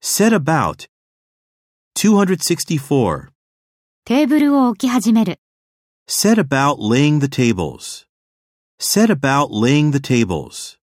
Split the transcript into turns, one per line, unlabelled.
set about. 264.
テーブルを置き始める。
Set about laying the tables. Set about laying the tables.